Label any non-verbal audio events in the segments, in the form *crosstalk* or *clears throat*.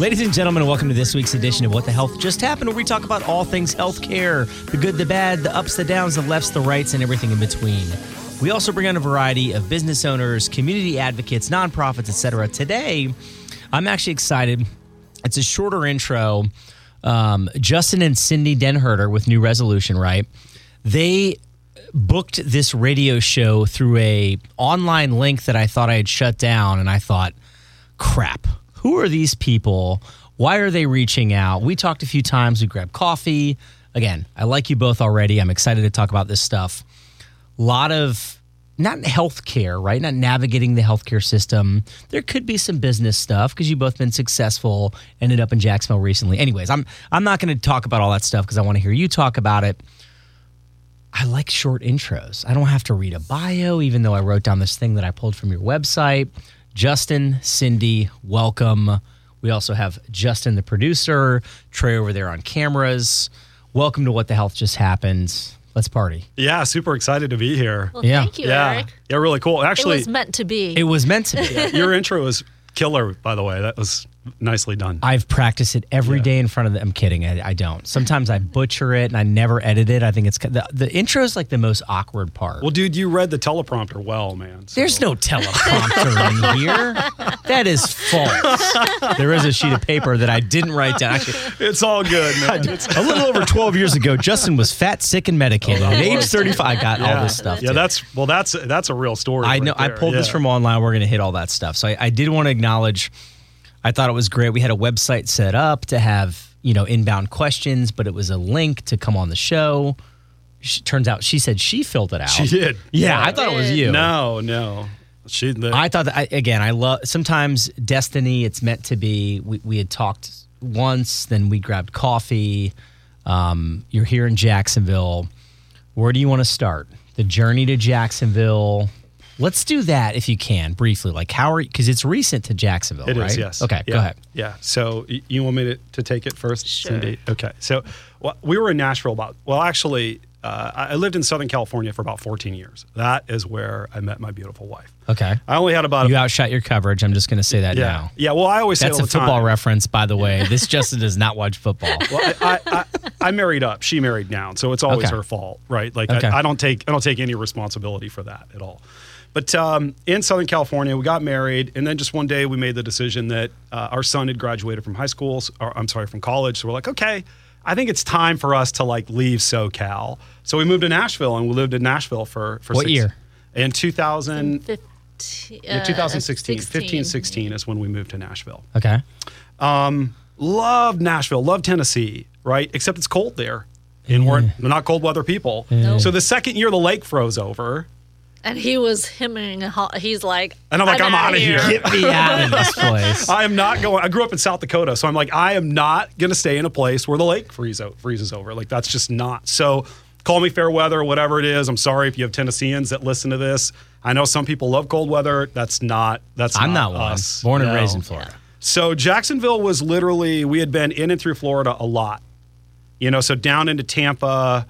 Ladies and gentlemen, welcome to this week's edition of What the Health Just Happened, where we talk about all things healthcare the good, the bad, the ups, the downs, the lefts, the rights, and everything in between. We also bring on a variety of business owners, community advocates, nonprofits, etc. Today, I'm actually excited. It's a shorter intro. Um, Justin and Cindy Denherter with New Resolution, right? They booked this radio show through a online link that I thought I had shut down, and I thought, crap, who are these people? Why are they reaching out? We talked a few times, we grabbed coffee. Again, I like you both already. I'm excited to talk about this stuff. A lot of not healthcare, right? Not navigating the healthcare system. There could be some business stuff because you both been successful, ended up in Jacksonville recently. Anyways, I'm I'm not going to talk about all that stuff because I want to hear you talk about it. I like short intros. I don't have to read a bio, even though I wrote down this thing that I pulled from your website. Justin, Cindy, welcome. We also have Justin, the producer, Trey over there on cameras. Welcome to What the Health Just Happened. Let's party. Yeah, super excited to be here. Well, Yeah. thank you, yeah, Eric. yeah, really cool. it Actually, *laughs* was meant to be. It was meant to be. your intro was killer. By the way, that was nicely done. *laughs* I've practiced it every day in front of the. I'm kidding. I, I don't. Sometimes I butcher it and I never edit it. I think it's the, the intro is like the most awkward part. well, dude, you read the teleprompter well, man. *laughs* So- There's no teleprompter in here. That is false. There is a sheet of paper that I didn't write down. Actually, it's all *laughs* good, man. It's- a little over 12 years ago, Justin was fat, sick, and medicated. Oh, At age 35, I got all this stuff. Yeah, dude. that's well, that's that's a real story. I right know. I there. pulled this Yeah. from online. We're going to hit all that stuff. So I, I did want to acknowledge. I thought it was great. We had a website set up to have you know inbound questions, but it was a link to come on the show. She, turns out she said she filled it out. She did. Yeah, I thought it was Did. you. No, no. She. The, I thought that I, again. I love sometimes destiny. It's meant to be. We we had talked once, then we grabbed coffee. Um, you're here in Jacksonville. Where do you want to start? The journey to Jacksonville. Let's do that if you can briefly. Like how are because it's recent to Jacksonville, It is, right? yes. Okay, yeah. go ahead. Yeah. So y- you want me to, to take it first, Sure. Cindy? Okay. So well, we were in Nashville about, well, actually, uh, I I lived in Southern California for about 14 years. That is where I met my beautiful wife. Okay, I only had about you a, outshot your coverage. I'm just going to say that yeah. now. Yeah. Well, I always say That's all a the time- football reference, by the *laughs* way. This Justin does not watch football. Well, I, I, I, I married up. She married down. So it's always Okay. her fault, right? Like Okay. I, I don't take I don't take any responsibility for that at all. But um, in Southern California, we got married, and then just one day we made the decision that uh, our son had graduated from high school. s- Or, I'm sorry, from college. So we're like, okay, I think it's time for us to like leave SoCal. So we moved to Nashville, and we lived in Nashville for for What six, year? In 2000, Fifteen- yeah, uh, 2016, 15, 16. 16 is when we moved to Nashville *laughs* Okay, love Nashville, love Tennessee, right? Except it's cold there. And we're, we're not cold weather people. So the second year the lake froze over, And he was hemming. and haw- He's like, And I'm like, "I'm outta outta here." get me out of this *laughs* place. I am not going. I grew up in South Dakota, so I'm like, I am not going to stay in a place where the lake freeze o- freezes over. Like that's just not. So call me fair weather, whatever it is. I'm sorry if you have Tennesseans that listen to this. I know some people love cold weather. That's not. That's I'm not, not one. us. Born and No. raised in Florida. So Jacksonville was literally we had been in and through Florida a lot, you know. So down into Tampa,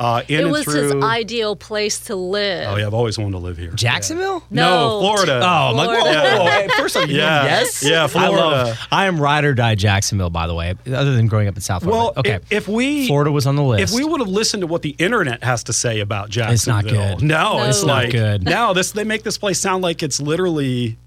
uh, in It and was his through. ideal place to live. oh yeah, I've always wanted to live here. Jacksonville. No, No. Florida. Oh, I'm like, whoa, Florida. whoa, whoa. Hey, First of all, Yeah. yes. Yeah, I, Florida. love, I am ride or die Jacksonville, by the way, other than growing up in South Florida. Well, okay. if, if we Florida was on the list. if we would have listened to what the internet has to say about It's Jacksonville, not good. No, No. it's It's not like, good. No, this they make this place sound like it's literally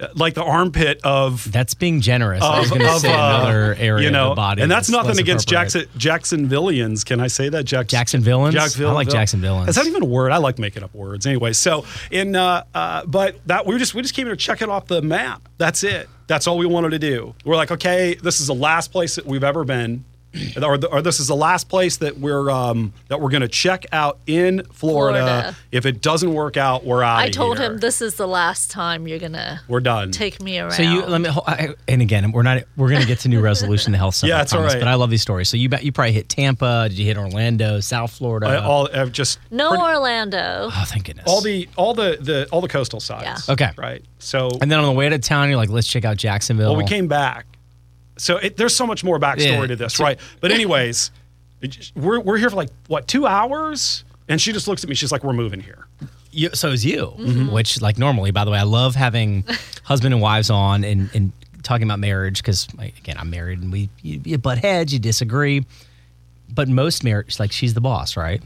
uh, like the armpit of. that's being generous. I was of- going to of, say uh, another area you know, of the body. and that's, nothing less against appropriate. Jackson Jacksonvillians. Can I say that Jackson Jacksonvillans? Jacksonville. I like Jacksonvillans. Is that even a word? I like making up words. Anyway, so in uh, uh, but that we were just we just came here to check it off the map. That's it. That's all we wanted to do. We're like, okay, this is the last place that we've ever been, *clears throat* or, the, or this is the last place that we're um, that we're going to check out in Florida. Florida. If it doesn't work out, we're out. I told him this is the last time you're gonna We're done. take me around. So you let me. ho- I, and again, we're not. We're going to get to new resolution the health summit. *laughs* Yeah, it's I promise, all right. But I love these stories. So you bet you probably hit Tampa. Did you hit Orlando, South Florida? I- all I've just no pretty- Orlando. oh, thank goodness. all the all the, the all the coastal sides. Yeah. Okay. Right. So and then on the way out of town, you're like, let's check out Jacksonville. Well, we came back. So it, there's so much more backstory Yeah. to this, right? But anyways, it j- we're we're here for like what two hours, and she just looks at me. She's like, "We're moving here." you, Mm-hmm. *laughs* so is you, which like normally, by the way, I love having husband and wives on and, and talking about marriage because again, I'm married and we you, you butt heads, you disagree. But most marriage, like she's the boss, right?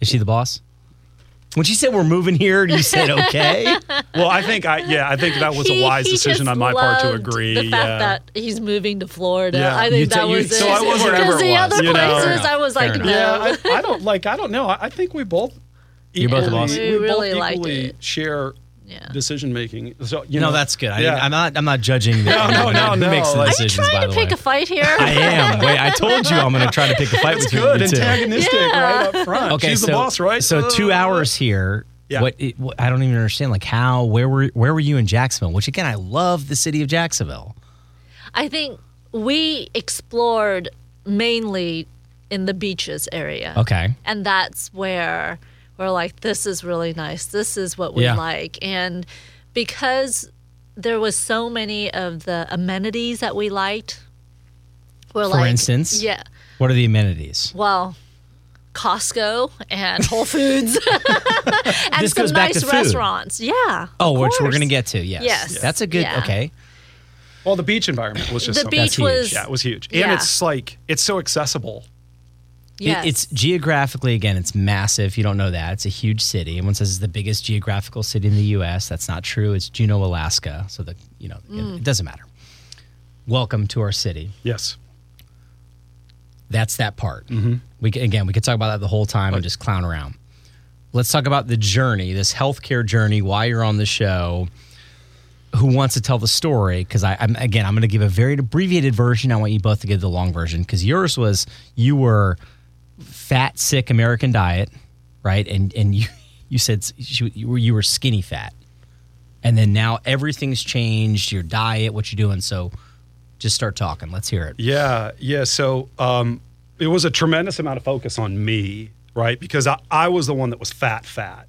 Is she the boss? When she said we're moving here, you *laughs* said okay. Well, I think I yeah, I think that was He- a wise he decision just on my part to loved agree. The fact yeah. that he's moving to Florida, Yeah. I You think ta- that you- was so it. I wasn't- because the whatever it other was, you know. places, Fair I was like, enough. no. yeah, I, I don't like. I don't know. I, I think we both. You're both the equally- boss. We, We really both liked equally it. share Yeah. decision making. So you no, know, that's good. I, yeah. I'm not. I'm not judging. The, No, no, no, who no, makes the like- Are you decisions? by trying the to pick way, a fight here. I am. Wait, I told you I'm going to try to pick a fight It's with you. good, you two. antagonistic right up front. Okay, She's so, the boss, right? So Uh, two hours here. Yeah. What, it, what I don't even understand, like how, where were, where were you in Jacksonville? Which again, I love the city of Jacksonville. I think we explored mainly in the beaches area. Okay. And that's where we're like, this is really nice. This is what we Yeah. like. And because there was so many of the amenities that we liked, we're For instance? Yeah. What are the amenities? Well, Costco and *laughs* Whole Foods *laughs* and This some goes back nice to food. restaurants. Yeah. Oh, of which we're course. going to get to. Yes. Yes. That's a good. Yeah. Okay. Well, the beach environment was just The so beach huge. was, Yeah, it was huge, and Yeah. it's like it's so accessible. It- yes. it's geographically again, it's massive. You don't know that. It's a huge city. Everyone says it's the biggest geographical city in the U.S. That's not true. It's Juneau, Alaska. So the you know Mm. it, it doesn't matter. Welcome to our city. Yes. That's that part. We c- again, we could talk about that the whole time and just clown around. Let's talk about the journey, this healthcare journey. Why you're on the show? Who wants to tell the story? Because I'm again, I'm going to give a very abbreviated version. I want you both to give the long version because yours was you were fat, sick American diet, right? And and you *laughs* you said s- you you were, you were skinny fat, and then now everything's changed. Your diet, what you're doing. So just start talking. Let's hear it. Yeah, yeah. So um, it was a tremendous amount of focus on me, right? Because I, I was the one that was fat, fat,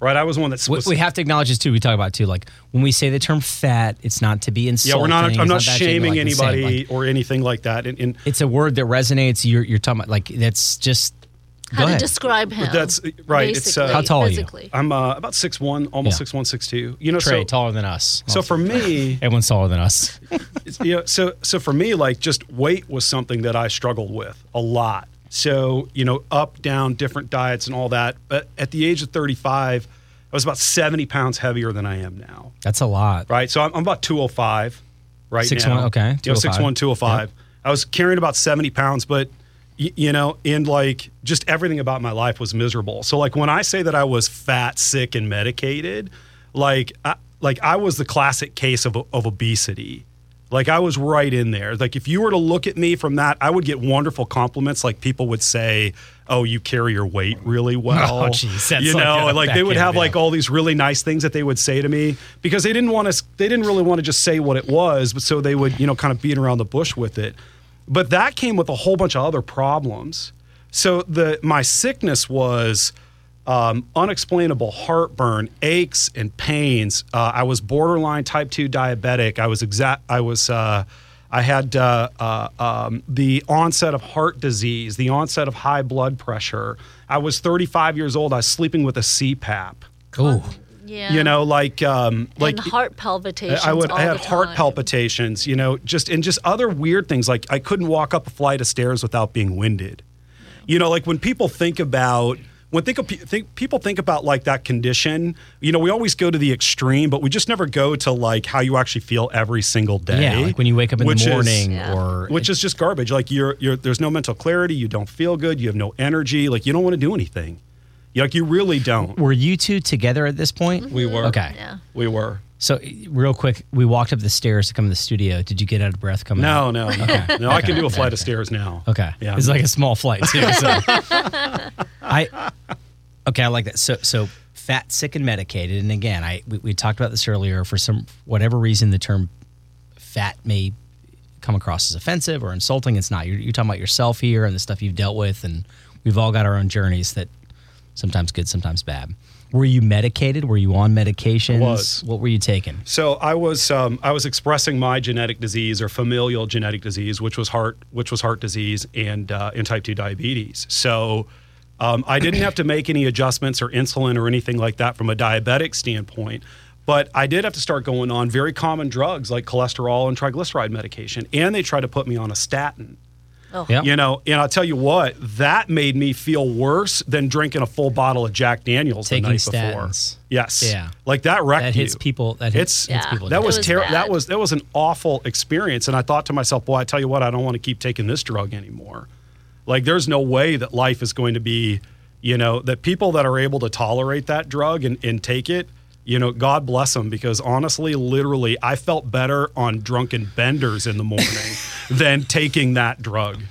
right? I was the one that We, was. we have to acknowledge this too. We talk about it too, like when we say the term fat, it's not to be yeah, insulting. we're not. it's I'm not bad shaming, shaming like the same, anybody like, or anything like that. And, and it's a word that resonates. You're, you're talking about like that's just. how go to ahead. describe him. that's- right, it's, basically, uh, How tall are you? physically. I'm uh, about six one, almost Yeah. six one, six two. You know, Trey so taller than us. so for me, everyone's taller than us. it's- *laughs* you know, so so for me, like just weight was something that I struggled with a lot. So you know, up, down, different diets and all that. But at the age of 35, I was about 70 pounds heavier than I am now. That's a lot. Right, so I'm, I'm about 205 right Six now. one, okay, you know, 6'1", 205. 205. I was carrying about 70 pounds, but y- you know, and like just everything about my life was miserable. So like when I say that I was fat, sick, and medicated, like I, like I was the classic case of of obesity. Like I was right in there. Like if you were to look at me from that, I would get wonderful compliments. Like people would say, "Oh, you carry your weight really *laughs* well." Oh, geez, that's you like know, a like they would backhand, have yeah. like all these really nice things that they would say to me because they didn't want to they didn't really want to just say what it was but so they would you know kind of beat around the bush with it but that came with a whole bunch of other problems so the my sickness was um, unexplainable heartburn aches and pains uh, i was borderline type 2 diabetic i was exact i was uh, I had uh, uh, um, the onset of heart disease, the onset of high blood pressure. I was 35 years old. I was sleeping with a CPAP. Ooh, yeah. You know, like um, like and heart palpitations. I would all I had the heart time. palpitations. You know, just and just other weird things. Like I couldn't walk up a flight of stairs without being winded. You know, like when people think about when think, of, pe- think people think about like that condition. You know, we always go to the extreme, but we just never go to like how you actually feel every single day. yeah, like when you wake up in which the is- morning Yeah. or which is just garbage. Like you're, you're, there's no mental clarity. You don't feel good. You have no energy. Like you don't want to do anything. You- Like you really don't. were you two together at this point? We were. Okay. Yeah. We were. So real quick, we walked up the stairs to come to the studio. Did you get out of breath coming? No, out? no, no. No, I can do a flight of stairs now. Okay. Yeah. It's like a small flight too. *laughs* So. I okay, I like that. So so fat, sick, and medicated. And again, I we, we talked about this earlier. For some whatever reason, the term fat may come across as offensive or insulting. It's not. You're, you're talking about yourself here and the stuff you've dealt with, and we've all got our own journeys that sometimes good, sometimes bad. Were you medicated? Were you on medications? was. What were you taking? So I was um, I was expressing my genetic disease or familial genetic disease, which was heart which was heart disease and uh, and type two diabetes. So um, I didn't have to make any adjustments or insulin or anything like that from a diabetic standpoint. But I did have to start going on very common drugs like cholesterol and triglyceride medication. And they tried to put me on a statin. Oh. Yeah. You know, and I'll tell you what, that made me feel worse than drinking a full bottle of Jack Daniels Taking the night statins. before. Yes. Yeah. Like that wrecked That hits you. people. That hits, It's- hits Yeah. people. That down. was was terrible. bad. That was that was an awful experience, and I thought to myself, "Boy, I tell you what, I don't want to keep taking this drug anymore. Like, there's no way that life is going to be, you know, that people that are able to tolerate that drug and, and take it, you know, God bless them, because honestly, literally, I felt better on drunken benders in the morning *laughs* than taking that drug.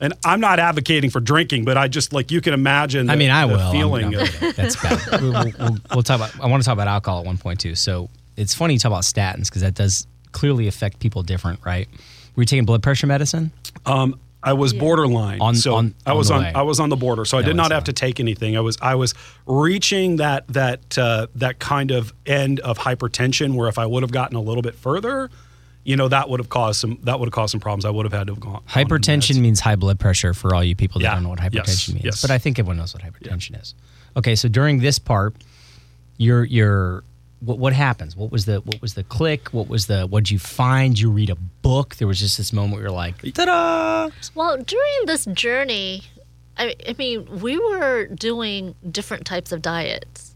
And I'm not advocating for drinking, but I just like you can imagine. The, I mean, I the will. I'm- feeling I'm- of that's bad. *laughs* We'll, we'll- we'll- we'll talk about. I want to talk about alcohol at one point too. So it's funny you talk about statins because that does clearly affect people different, right? Were you taking blood pressure medicine? Um, I was borderline. On- so on- I on was the on way. I was on the border. So I did it's not have on. to take anything. I was I was reaching that that uh, that kind of end of hypertension where if I would have gotten a little bit further, you know, that would have caused some that would have caused some problems. I would have had to have gone gone to Hypertension means high blood pressure for all you people that Yeah. don't know what hypertension Yes. means. Yes. But I think everyone knows what hypertension is. Okay, so during this part, your your what what happens? What was the what was the click? What was the what did you find? You read a book. There was just this moment where you're like, ta-da! Well, during this journey, I, I mean, we were doing different types of diets.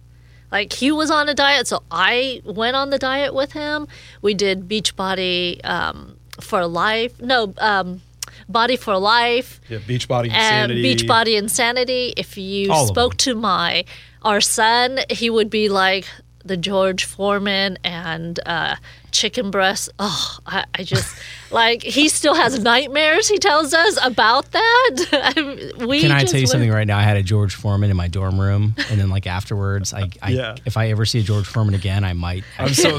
Like he was on a diet, so I went on the diet with him. We did Beachbody um, for Life, no, um, Body for Life, meds. Yeah, beach body and insanity. Beachbody Um, Insanity. If you All of spoke them. to my our son, he would be like the George Foreman and uh, chicken breast. Oh, I, I just *laughs* like he still has nightmares. He tells us about that. *laughs* I'm- we Can I just tell you went- something right now? I had a George Foreman in my dorm room, and then like afterwards, I, I Yeah. if I ever see a George Foreman again, I might. I'm *laughs* so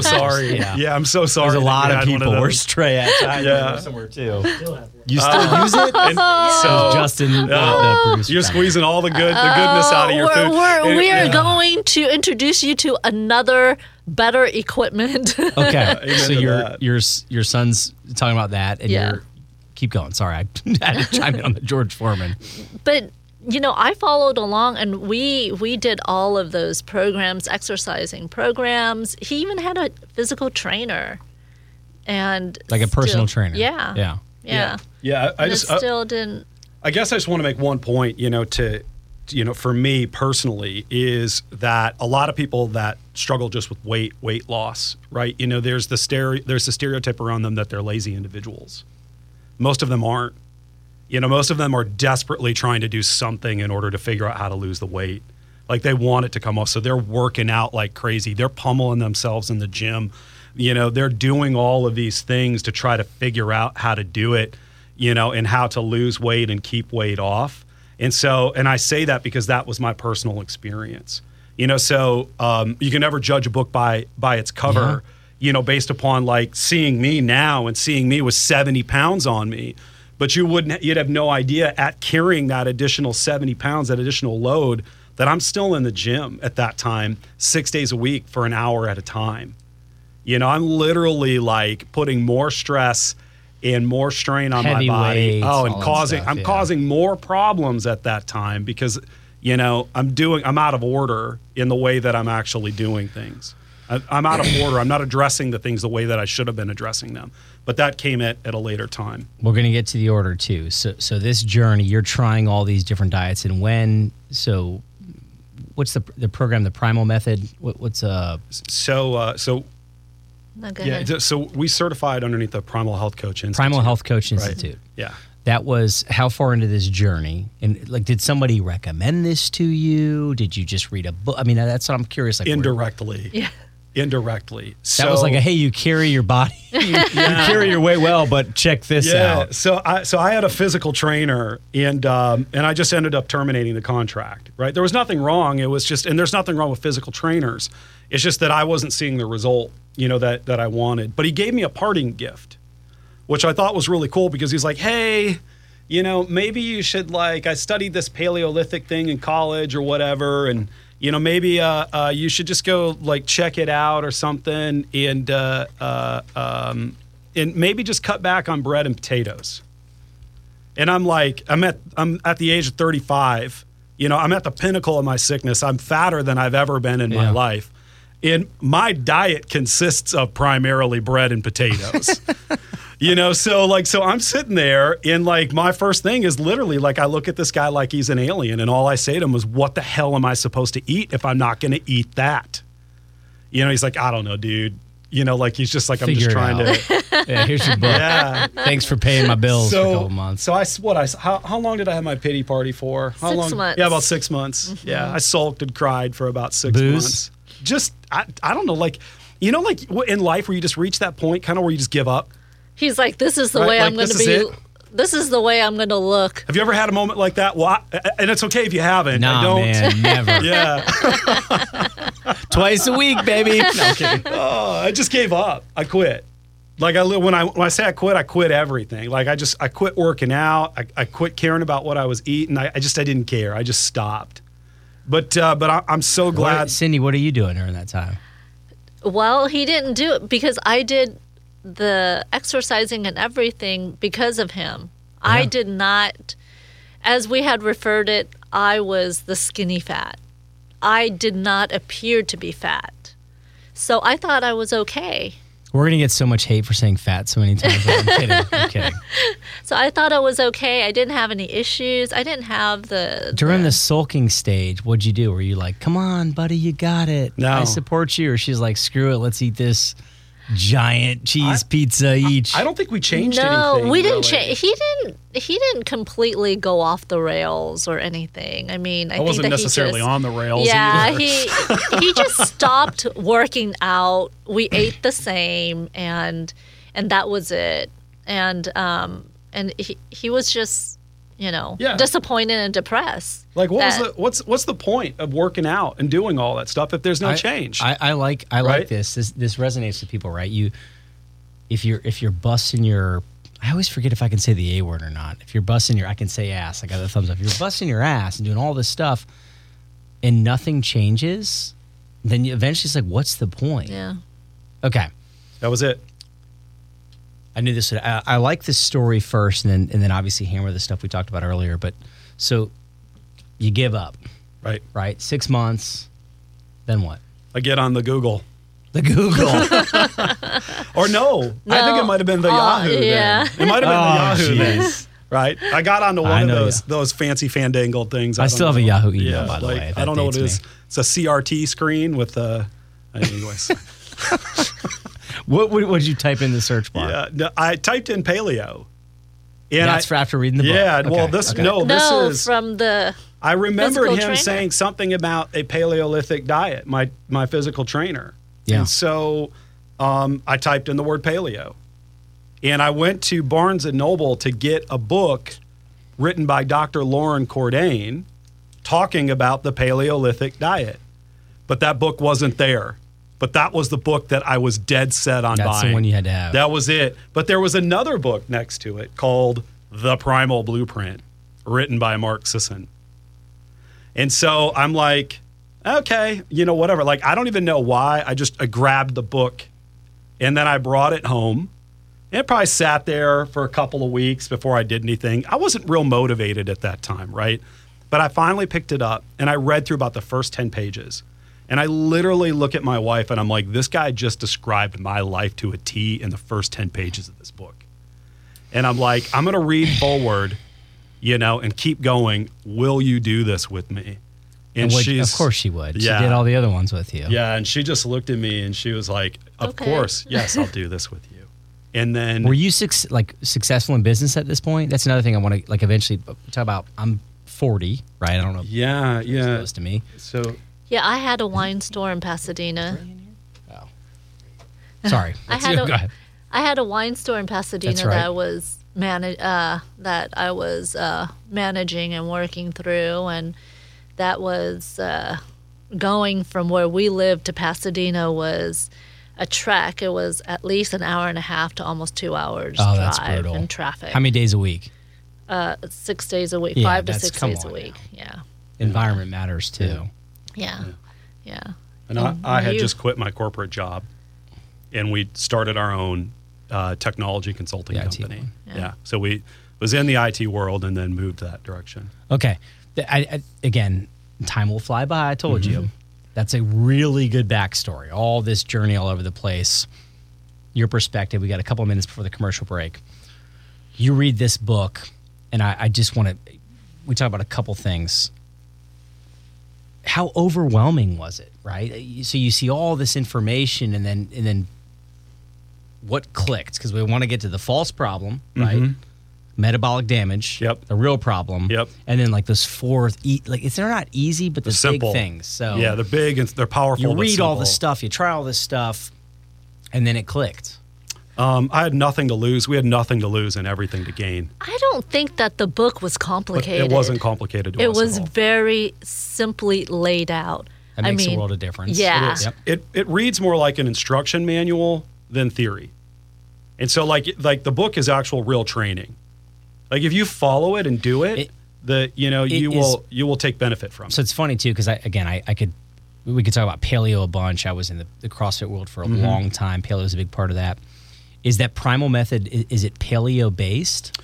*laughs* sorry. Yeah. yeah. I'm so sorry. There's a that lot you of had one people. We're those. stray outside Yeah. somewhere too. You still *laughs* use it? *laughs* And Says so Justin, uh, the producer. Oh. you're down there. squeezing all the good the goodness out of your Oh, we're, food. We're, It- we are yeah. going to introduce you to another better equipment. *laughs* *laughs* Okay, so to your that. your s- your son's talking about that, and Yeah. you're keep going. Sorry, I *laughs* had to chime in on the George Foreman. but you know i followed along and we we did all of those programs exercising programs he even had a physical trainer and like a personal still- trainer. yeah yeah, yeah. Yeah, I, I and just it uh, still didn't I guess I just want to make one point, you know, to, you know, for me personally, is that a lot of people that struggle just with weight, weight loss, right? You know, there's the stere- there's the stereotype around them that they're lazy individuals. Most of them aren't. You know, most of them are desperately trying to do something in order to figure out how to lose the weight. Like they want it to come off. So they're working out like crazy. They're pummeling themselves in the gym. You know, they're doing all of these things to try to figure out how to do it, you know, and how to lose weight and keep weight off. And so, and I say that because that was my personal experience. You know, so um, you can never judge a book by by its Yeah. cover you know, based upon like seeing me now and seeing me with 70 pounds on me. But you wouldn't, you'd have no idea at carrying that additional 70 pounds, that additional load, that I'm still in the gym at that time, six days a week for an hour at a time. You know, I'm literally like putting more stress and more strain on Heavy my body. weights, oh, and all that causing, stuff, I'm yeah. causing more problems at that time because, you know, I'm doing, I'm out of order in the way that I'm actually doing things. I, *clears throat* I'm out of order. I'm not addressing the things the way that I should have been addressing them. But that came at, at a later time. We're gonna get to the order too. So so this journey, you're trying all these different diets, and when so. What's the the program? The Primal Method. What, what's uh? So, uh, so no, go yeah, ahead. th- so we certified underneath the Primal Health Coach Institute. Primal Health Coach Institute. Yeah. That was how far into this journey, and like, did somebody recommend this to you? Did you just read a book? I mean, that's what I'm curious. Like, where- Indirectly. Yeah. Indirectly. that was *laughs* like a hey, you carry your body, *laughs* you, you carry your weight well, but check this yeah. out. So I so I had a physical trainer and um, and I just ended up terminating the contract. Right. There was nothing wrong. It was just and there's nothing wrong with physical trainers. It's just that I wasn't seeing the result, you know, that that I wanted. But he gave me a parting gift, which I thought was really cool because he's like, hey, you know, maybe you should like I studied this Paleolithic thing in college or whatever, and you know maybe uh, uh, you should just go like check it out or something, and uh, uh, um, and maybe just cut back on bread and potatoes. And I'm like, I'm at I'm at the age of 35. You know, I'm at the pinnacle of my sickness. I'm fatter than I've ever been in Yeah. my life, And my diet consists of primarily bread and potatoes. you know, so like, so I'm sitting there and like my first thing is literally like, I look at this guy like he's an alien. And all I say to him is, what the hell am I supposed to eat if I'm not going to eat that? You know, he's like, I don't know, dude. You know, like he's just like, I'm Figure it just trying out. to. *laughs* Yeah, here's your book. *laughs* Yeah. Thanks for paying my bills for a couple months. So I s- what I s- how, how long did I have my pity party for? How long? Six months. Mm-hmm. Yeah, about six months. Yeah, I sulked and cried for about six Booze? months. Just I I don't know like you know like wh- in life where you just reach that point kind of where you just give up. He's like, this is the Right, way like, I'm going this to is be. it? This is the way I'm going to look. Have you ever had a moment like that? Well, I, and it's okay if you haven't. I Nah, don't. man, *laughs* never. *laughs* Yeah, Twice a week, baby. *laughs* No, I'm kidding. Oh, I just gave up. I quit. Like I li- when I when I say I quit, I quit everything. Like I just I quit working out. I, I quit caring about what I was eating. I, I just I didn't care. I just stopped. But uh, but I, I'm so glad. What, Cindy, what are you doing during that time? Well, he didn't do it because I did the exercising and everything because of him. I did not, as we had referred it, I was the skinny fat. I did not appear to be fat. So I thought I was okay. We're gonna get so much hate for saying fat so many times. I'm kidding. I'm kidding. So I thought I was okay. I didn't have any issues. I didn't have the. *laughs* During the sulking stage, what'd you do? Were you like, "Come on, buddy, you got it. No. I support you," or she's like, "Screw it, let's eat this giant cheese pizza each." I don't think we changed no, anything. we didn't really. change. He didn't. He didn't completely go off the rails or anything. I mean, I I, think wasn't that necessarily he just, on the rails. Yeah, either. he he just stopped working out. We ate the same, and and that was it. And um and he he was just you know Yeah. disappointed and depressed. *laughs* like what that- was the what's what's the point of working out and doing all that stuff if there's no I- change? I, I like I like Right? this. This this resonates with people, right? You if you're if you're busting your I always forget if I can say the A word or not. If you're busting your I can say ass, I got the thumbs up. If you're busting your ass and doing all this stuff and nothing changes, then you eventually it's like, what's the point? Yeah. Okay. that was it. I knew this. would- I, I like this story first, and then and then obviously hammer the stuff we talked about earlier. But so you give up, Right. right? Six months, then what? I get on the Google. The *laughs* Oh, *laughs* Google. Or no, I think it No. might have been the Oh, Yahoo. then. yeah. It might have been the Yahoo. then. Oh, jeez. Right. I got onto I one of know those those fancy fandangled things. I don't still have a know. Yahoo email, by the like, way. I That don't know what it dates is. It's a CRT screen with a. *laughs* Anyways, what would would you type in the search bar? yeah. No, I typed in paleo. And That's I, for after reading the book. Yeah. Well, Okay, this okay. no. This no, is from the I remember Physical him trainer? saying something about a Paleolithic diet. My my physical trainer. Yeah. And so um, I typed in the word paleo, and I went to Barnes and Noble to get a book written by Dr. Lauren Cordain talking about the Paleolithic diet, but that book wasn't there. But that was the book that I was dead set on That's the buying. one you had to have. That was it. But there was another book next to it called The Primal Blueprint, written by Mark Sisson. And so I'm like, okay, you know, whatever. Like, I don't even know why. I just I grabbed the book and then I brought it home. And it probably sat there for a couple of weeks before I did anything. I wasn't real motivated at that time, right? But I finally picked it up and I read through about the first 10 pages. And I literally look at my wife and I'm like, this guy just described my life to a T in the first 10 pages of this book. And I'm like, I'm going *laughs* to read forward, you know, and keep going. Will you do this with me? And would- of course she would. Yeah. She did all the other ones with you. Yeah, and she just looked at me and she was like, "Of Okay. course, yes, I'll do this with you." And then Were you suc- like successful in business at this point? That's another thing I want to like eventually talk about. I'm 40, right? I don't know. if yeah, it's yeah. close to me. So yeah. I had a wine store in Pasadena. Oh. Sorry. *laughs* I Let's- had go a- ahead. I had a wine store in Pasadena That's right. that I was manage uh, that I was uh, managing and working through, and that was uh, going from where we lived to Pasadena was a trek. It was at least an hour and a half to almost two hours Oh, drive that's brutal. in traffic. How many days a week? six days a week, Yeah, five to that's- six come days a on week. Environment matters too. yeah, yeah, yeah. and I, I had you- just quit my corporate job, and we started our own uh, technology consulting The IT company. one. Yeah. so we was in the IT world and then moved that direction. Okay. Th- I, I, again, time will fly by. I told you. That's a really good backstory. All this journey all over the place. Your perspective. We got a couple minutes before the commercial break. You read this book, and I, I just want to. We talk about a couple things. How overwhelming was it, right? So you see all this information, and then and then what clicked? Because we want to get to the false problem, right? Metabolic damage. Yep. The real problem. Yep. And then like those four, e- like it's they're not easy, but the, simple big things. So yeah, they're big and they're powerful. Oh. you but read all simple. this stuff, you try all this stuff, and then it clicked. Um, I had nothing to lose. We had nothing to lose and everything to gain. I don't think that the book was complicated. It wasn't complicated. To It us at was all. very simply laid out. That I makes mean, a world of difference. yeah. It is. Yep. it it reads more like an instruction manual than theory. And so like like the book is actual real training. Like if you follow it and do it, It- the you know you is- will you will take benefit from. So it. it's funny too because I again I, I could we could talk about paleo a bunch. I was in the, the CrossFit world for a Mm-hmm. long time. Paleo is a big part of that. Is that primal method? i- Is it paleo based?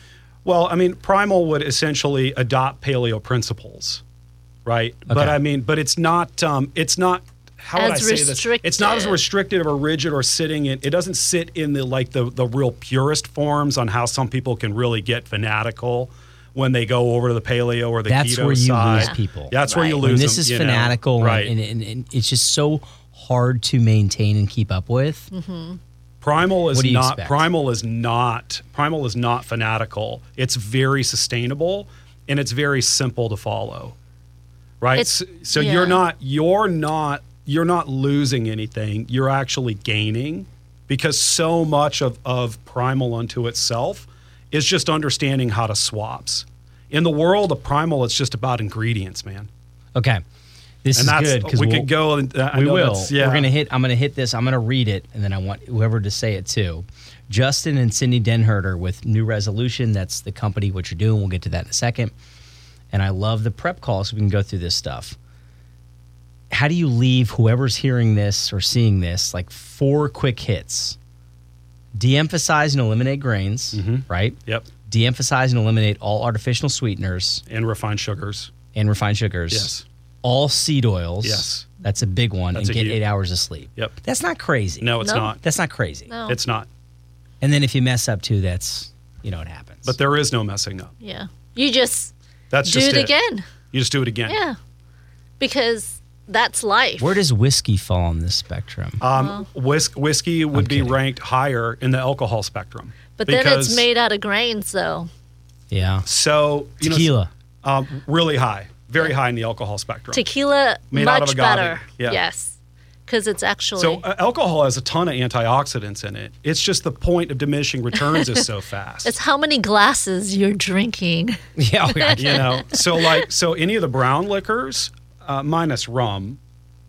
Well, I mean primal would essentially adopt paleo principles, right? But Okay. I mean but it's not um it's not how would I As say this? It's not as restrictive. restrictive or rigid or sitting in it doesn't sit in the like the the real purest forms on how some people can really get fanatical when they go over to the paleo or the That's keto where you side. lose people. Yeah, that's where you Right. lose. And this them, is you know. fanatical, and- right? And, and, and it's just so hard to maintain and keep up with. primal is What do you not. expect? Primal is not. Primal is not fanatical. It's very sustainable, and it's very simple to follow. Right. It's- so so yeah. you're not. You're not. You're not losing anything. You're actually gaining, because so much of of primal unto itself is just understanding how to swaps. In the world of primal, it's just about ingredients, man. Okay, this And is that's good because we we'll, could go. And, uh, I We know will. that's- Yeah. We're gonna hit. I'm gonna hit this. I'm gonna read it, and then I want whoever to say it too. Justin and Cindy Denherter with New Resolution. That's the company. What you're doing. We'll get to that in a second. And I love the prep calls. we can go through this stuff. How do you leave whoever's hearing this or seeing this like four quick hits? De-emphasize and eliminate grains, Mm-hmm. right? Yep. De-emphasize and eliminate all artificial sweeteners and refined sugars. and refined sugars. Yes. All seed oils. Yes. That's a big one. That's and a get huge- eight hours of sleep. Yep. That's not crazy. No, it's No. not. That's not crazy. No. It's not. And then if you mess up too, that's, you know, it happens. But there is no messing up. yeah. You just That's do just it, again. You just do it again. Yeah. Because that's life. where does whiskey fall on this spectrum? Um, whisk, whiskey would be kidding. ranked higher in the alcohol spectrum. but then it's because- made out of grains, though. yeah. So you know, Tequila. um, really high, very high in the alcohol spectrum. Tequila, Made out of much agave. better. Yeah. Yes. Because it's actually. So uh, alcohol has a ton of antioxidants in it. It's just the point of diminishing returns is so *laughs* fast. it's how many glasses you're drinking. *laughs* *laughs* yeah. *laughs* okay. you know so like so any of the brown liquors uh, minus rum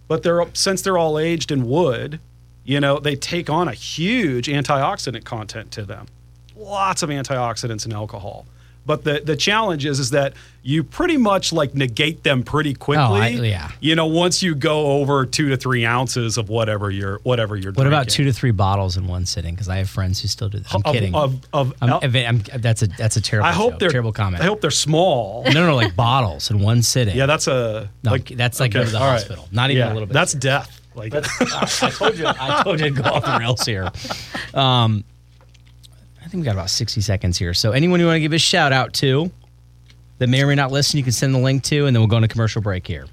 but they're since they're all aged in wood you know they take on a huge antioxidant content to them lots of antioxidants in alcohol but the, the challenge is is that you pretty much like negate them pretty quickly. Oh, I- yeah. You know, once you go over two to three ounces of whatever you're whatever you're. What about two to three bottles in one sitting? Because I have friends who still do that. I'm kidding. Of, of, I'm- al- I'm- that's a that's a terrible. I hope joke, they're terrible comment. I hope they're small. *laughs* no, no, no, like bottles in one sitting. Yeah, that's a No, that's like go to the all hospital. Not even a little bit. That's death. Like I told you. I told you to go off the rails here. Um, I think we got about 60 seconds here. So anyone you want to give a shout out to that may or may not listen, you can send the link to, and then we'll go on a commercial break here.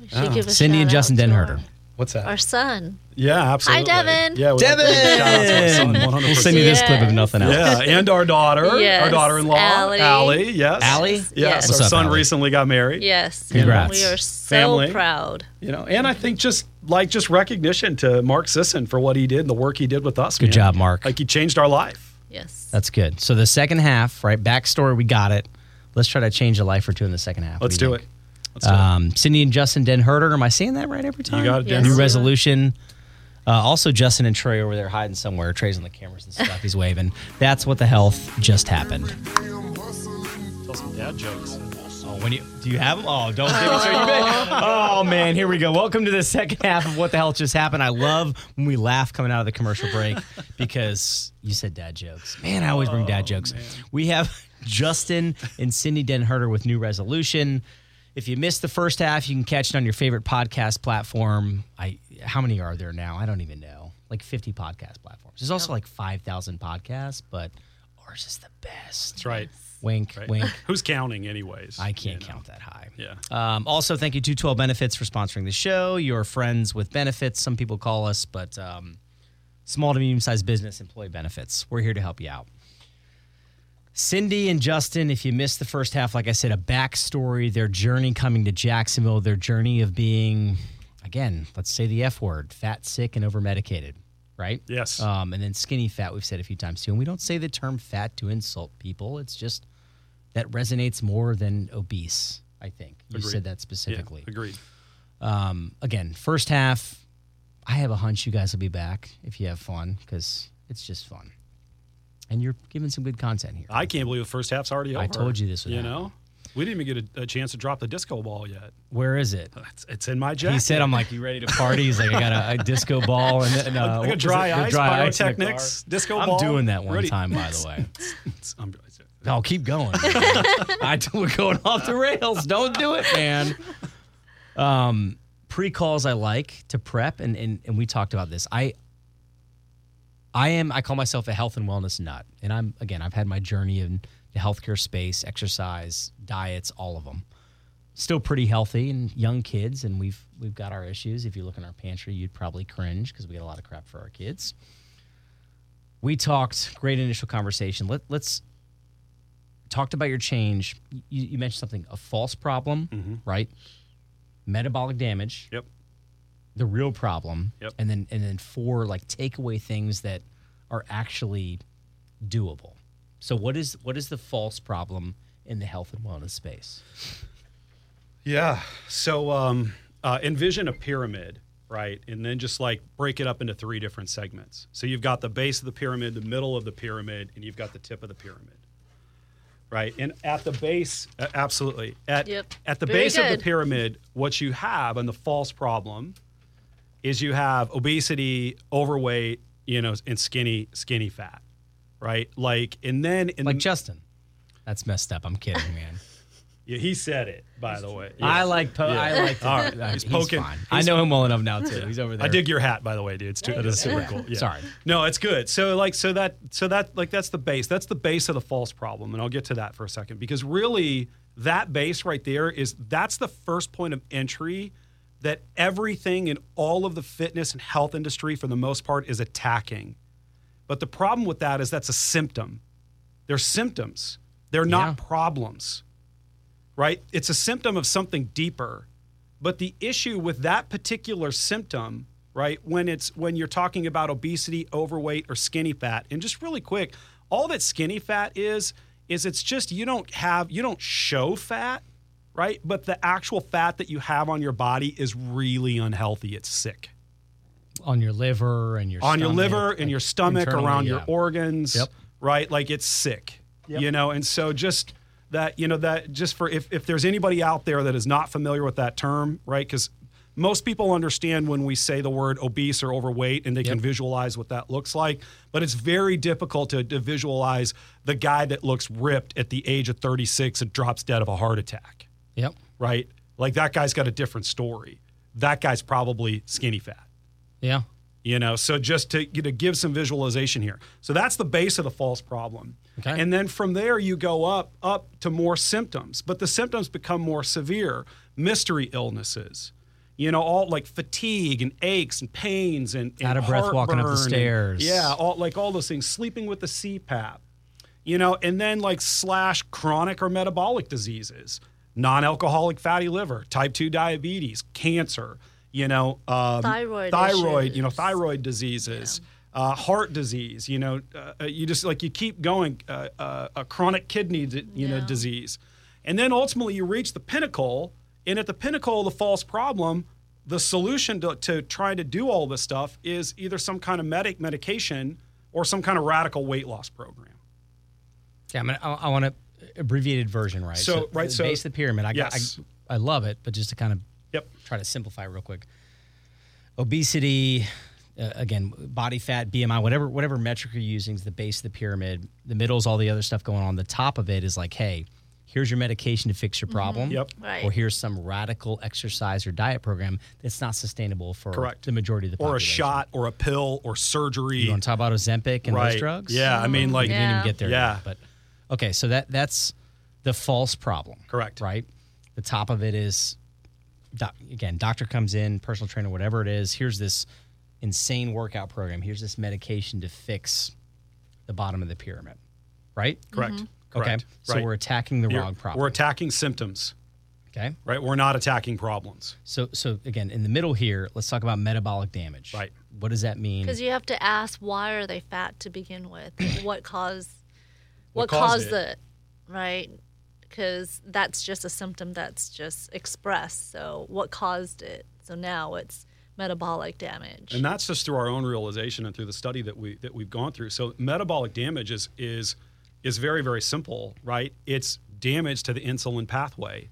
We should give a Ah. Cindy and shout-out Justin to Denherter. our- what's that? Our son. yeah, absolutely. Devin. Yeah, we have to give a shout out to our son, Devin! 100%. We'll send you this clip if nothing else. Yeah, and our daughter, Yes, our daughter-in-law, Allie. Allie. Yes, Allie? Yes, Yes. What's our up, son Allie? recently got married. Yes. Congrats. And we are so Family. proud. You know, and I think just like just recognition to Mark Sisson for what he did and the work he did with us. Good man. job, Mark. Like he changed our life. Yes. That's good. So the second half, right? Backstory, we got it. Let's try to change a life or two in the second half. What Let's you do it. think? Let's do it. Um, Cindy and Justin Denherter. Am I saying that right every time? got it, Yes. New Denherter. resolution. Uh, also, Justin and Troy over there hiding somewhere. Trey's on the cameras and stuff. He's waving. That's what the health just happened. Tell some dad jokes. Oh, when you do you have them? Oh, don't give it to *laughs* you. Oh man, here we go. Welcome to the second half of what the hell just happened. I love when we laugh coming out of the commercial *laughs* break because you said dad jokes. Man, I always bring Oh, dad jokes. We have Justin and Cindy Denherter with new resolution. If you missed the first half, you can catch it on your favorite podcast platform. I how many are there now? I don't even know. Like 50 podcast platforms. There's also like 5,000 podcasts, but ours is the best. That's right. Wink, Right. wink. Who's counting, anyways? *laughs* I can't you know? count that high. Yeah. Um, also, thank you to 12 Benefits for sponsoring the show. Your friends with benefits, some people call us, but um, small to medium sized business employee benefits. We're here to help you out. Cindy and Justin, if you missed the first half, like I said, a backstory, their journey coming to Jacksonville, their journey of being, again, let's say the F word, fat, sick, and over medicated, right? Yes. Um, and then skinny fat, we've said a few times too. And we don't say the term fat to insult people, it's just that resonates more than obese, I think. You Agreed. said that Yeah, specifically. agreed. Again, first half, I have a hunch you guys will be back if you have fun because it's just fun. And you're giving some good content here. I can't believe the first half's already over. I told you this would You happen. know, we didn't even get a, a chance to drop the disco ball yet. Where is it? It's, it's in my jacket. He said, "I'm like, you ready to party?" He's like, "I got a, a disco ball and, and uh, *laughs* I what *laughs* got was dry it? ice, dry ice in the pyrotechnics, car. disco I'm ball. doing that one Ready. time, by the way. It's- I'm- No, keep going. I we're going off the rails. Don't do it, man. Um, pre calls I like to prep, and, and and we talked about this. I I am I call myself a health and wellness nut, and I'm again I've had my journey in the healthcare space, exercise, diets, all of them. Still pretty healthy and young kids, and we've we've got our issues. If you look in our pantry, you'd probably cringe because we get a lot of crap for our kids. We talked great initial conversation. Let, let's talked about your change. You, you mentioned something a false problem, right? Metabolic damage, Mm-hmm. Yep. the real problem, Yep. and then and then four like takeaway things that are actually doable. So what is what is the false problem in the health and wellness space? Yeah. So um, uh, envision a pyramid, right? And then just like break it up into three different segments. So you've got the base of the pyramid, the middle of the pyramid, and you've got the tip of the pyramid. Right. And at the base, uh, absolutely. At, Yep. at the Very base of good. the pyramid, what you have and the false problem is you have obesity, overweight, you know, and skinny, skinny fat. Right. Like, and then in Like the, Justin, that's messed up. I'm kidding, man. *laughs* yeah, he said it, by the way. I like po- I like. To, All right. uh, He's poking. fine. I know him well enough now too. He's over there. I dig your hat, by the way, dude. It's too, that is super *laughs* cool. Yeah. Sorry. No, it's good. So like, so that, so that, like, that's the base. That's the base of the false problem, and I'll get to that for a second because really, that base right there is that's the first point of entry that everything in all of the fitness and health industry, for the most part, is attacking. But the problem with that is that's a symptom. They're symptoms. They're not Yeah. problems. Right? It's a symptom of something deeper. But the issue with that particular symptom, right, when it's when you're talking about obesity, overweight, or skinny fat, and just really quick, all that skinny fat is is it's just you don't have you don't show fat, right? But the actual fat that you have on your body is really unhealthy. It's sick on your liver and your on your stomach, liver in like, your stomach internally, around yeah. your organs Yep. right like it's sick you know and so just that you know that just for if, if there's anybody out there that is not familiar with that term right because most people understand when we say the word obese or overweight and they can visualize what that looks like but it's very difficult to, to visualize the guy that looks ripped at the age of 36 and drops dead of a heart attack Yep. right like that guy's got a different story that guy's probably skinny fat Yeah. you know so just to you know, give some visualization here so that's the base of the false problem Okay. and then from there you go up up to more symptoms but the symptoms become more severe mystery illnesses you know all like fatigue and aches and pains and, and Out of breath walking up the heartburn and- stairs. yeah all like all those things sleeping with the cpap you know and then like slash chronic or metabolic diseases non-alcoholic fatty liver type 2 diabetes cancer you know um, Thyroid thyroid you know issues. thyroid diseases uh, heart disease you know uh, uh, you just like you keep going uh, uh, a chronic kidney di- you know Yeah. disease and then ultimately you reach the pinnacle and at the pinnacle of the false problem the solution to, to trying to do all this stuff is either some kind of medic medication or some kind of radical weight loss program Yeah, I mean, I, I want an abbreviated version, right? So, right, the so- base of the pyramid. I, got- Yes. I, I love it, but just to kind of Yep. try to simplify real quick. Obesity, uh, again, body fat, BMI, whatever whatever metric you're using is the base of the pyramid. The middle is all the other stuff going on. The top of it is like, hey, here's your medication to fix your problem. Yep. Right. Or here's some radical exercise or diet program that's not sustainable for Correct. the majority of the or a population. shot or a pill or surgery. You want to talk about Ozempic and right. those drugs? Yeah, I mean, like, We didn't even get there. Yeah. yet, but okay, so that that's the false problem. Correct. Right. The top of it is, doc, again, doctor comes in, personal trainer, whatever it is. Here's this insane workout program. Here's this medication to fix the bottom of the pyramid. Right. correct. Okay. Correct. So right. we're attacking the You're- wrong problem. We're attacking symptoms, okay. right? We're not attacking problems. So so again, in the middle here, let's talk about metabolic damage. Right. What does that Mm. mean? Because you have to ask why are they fat to begin *clears throat* with? what caused What what, caused caused, it? Right? Because that's just a symptom that's just expressed. So what caused it? So now it's metabolic damage. And that's just through our own realization and through the study that we that we've gone through. So metabolic damage is is is very very simple, right? It's damage to the insulin pathway.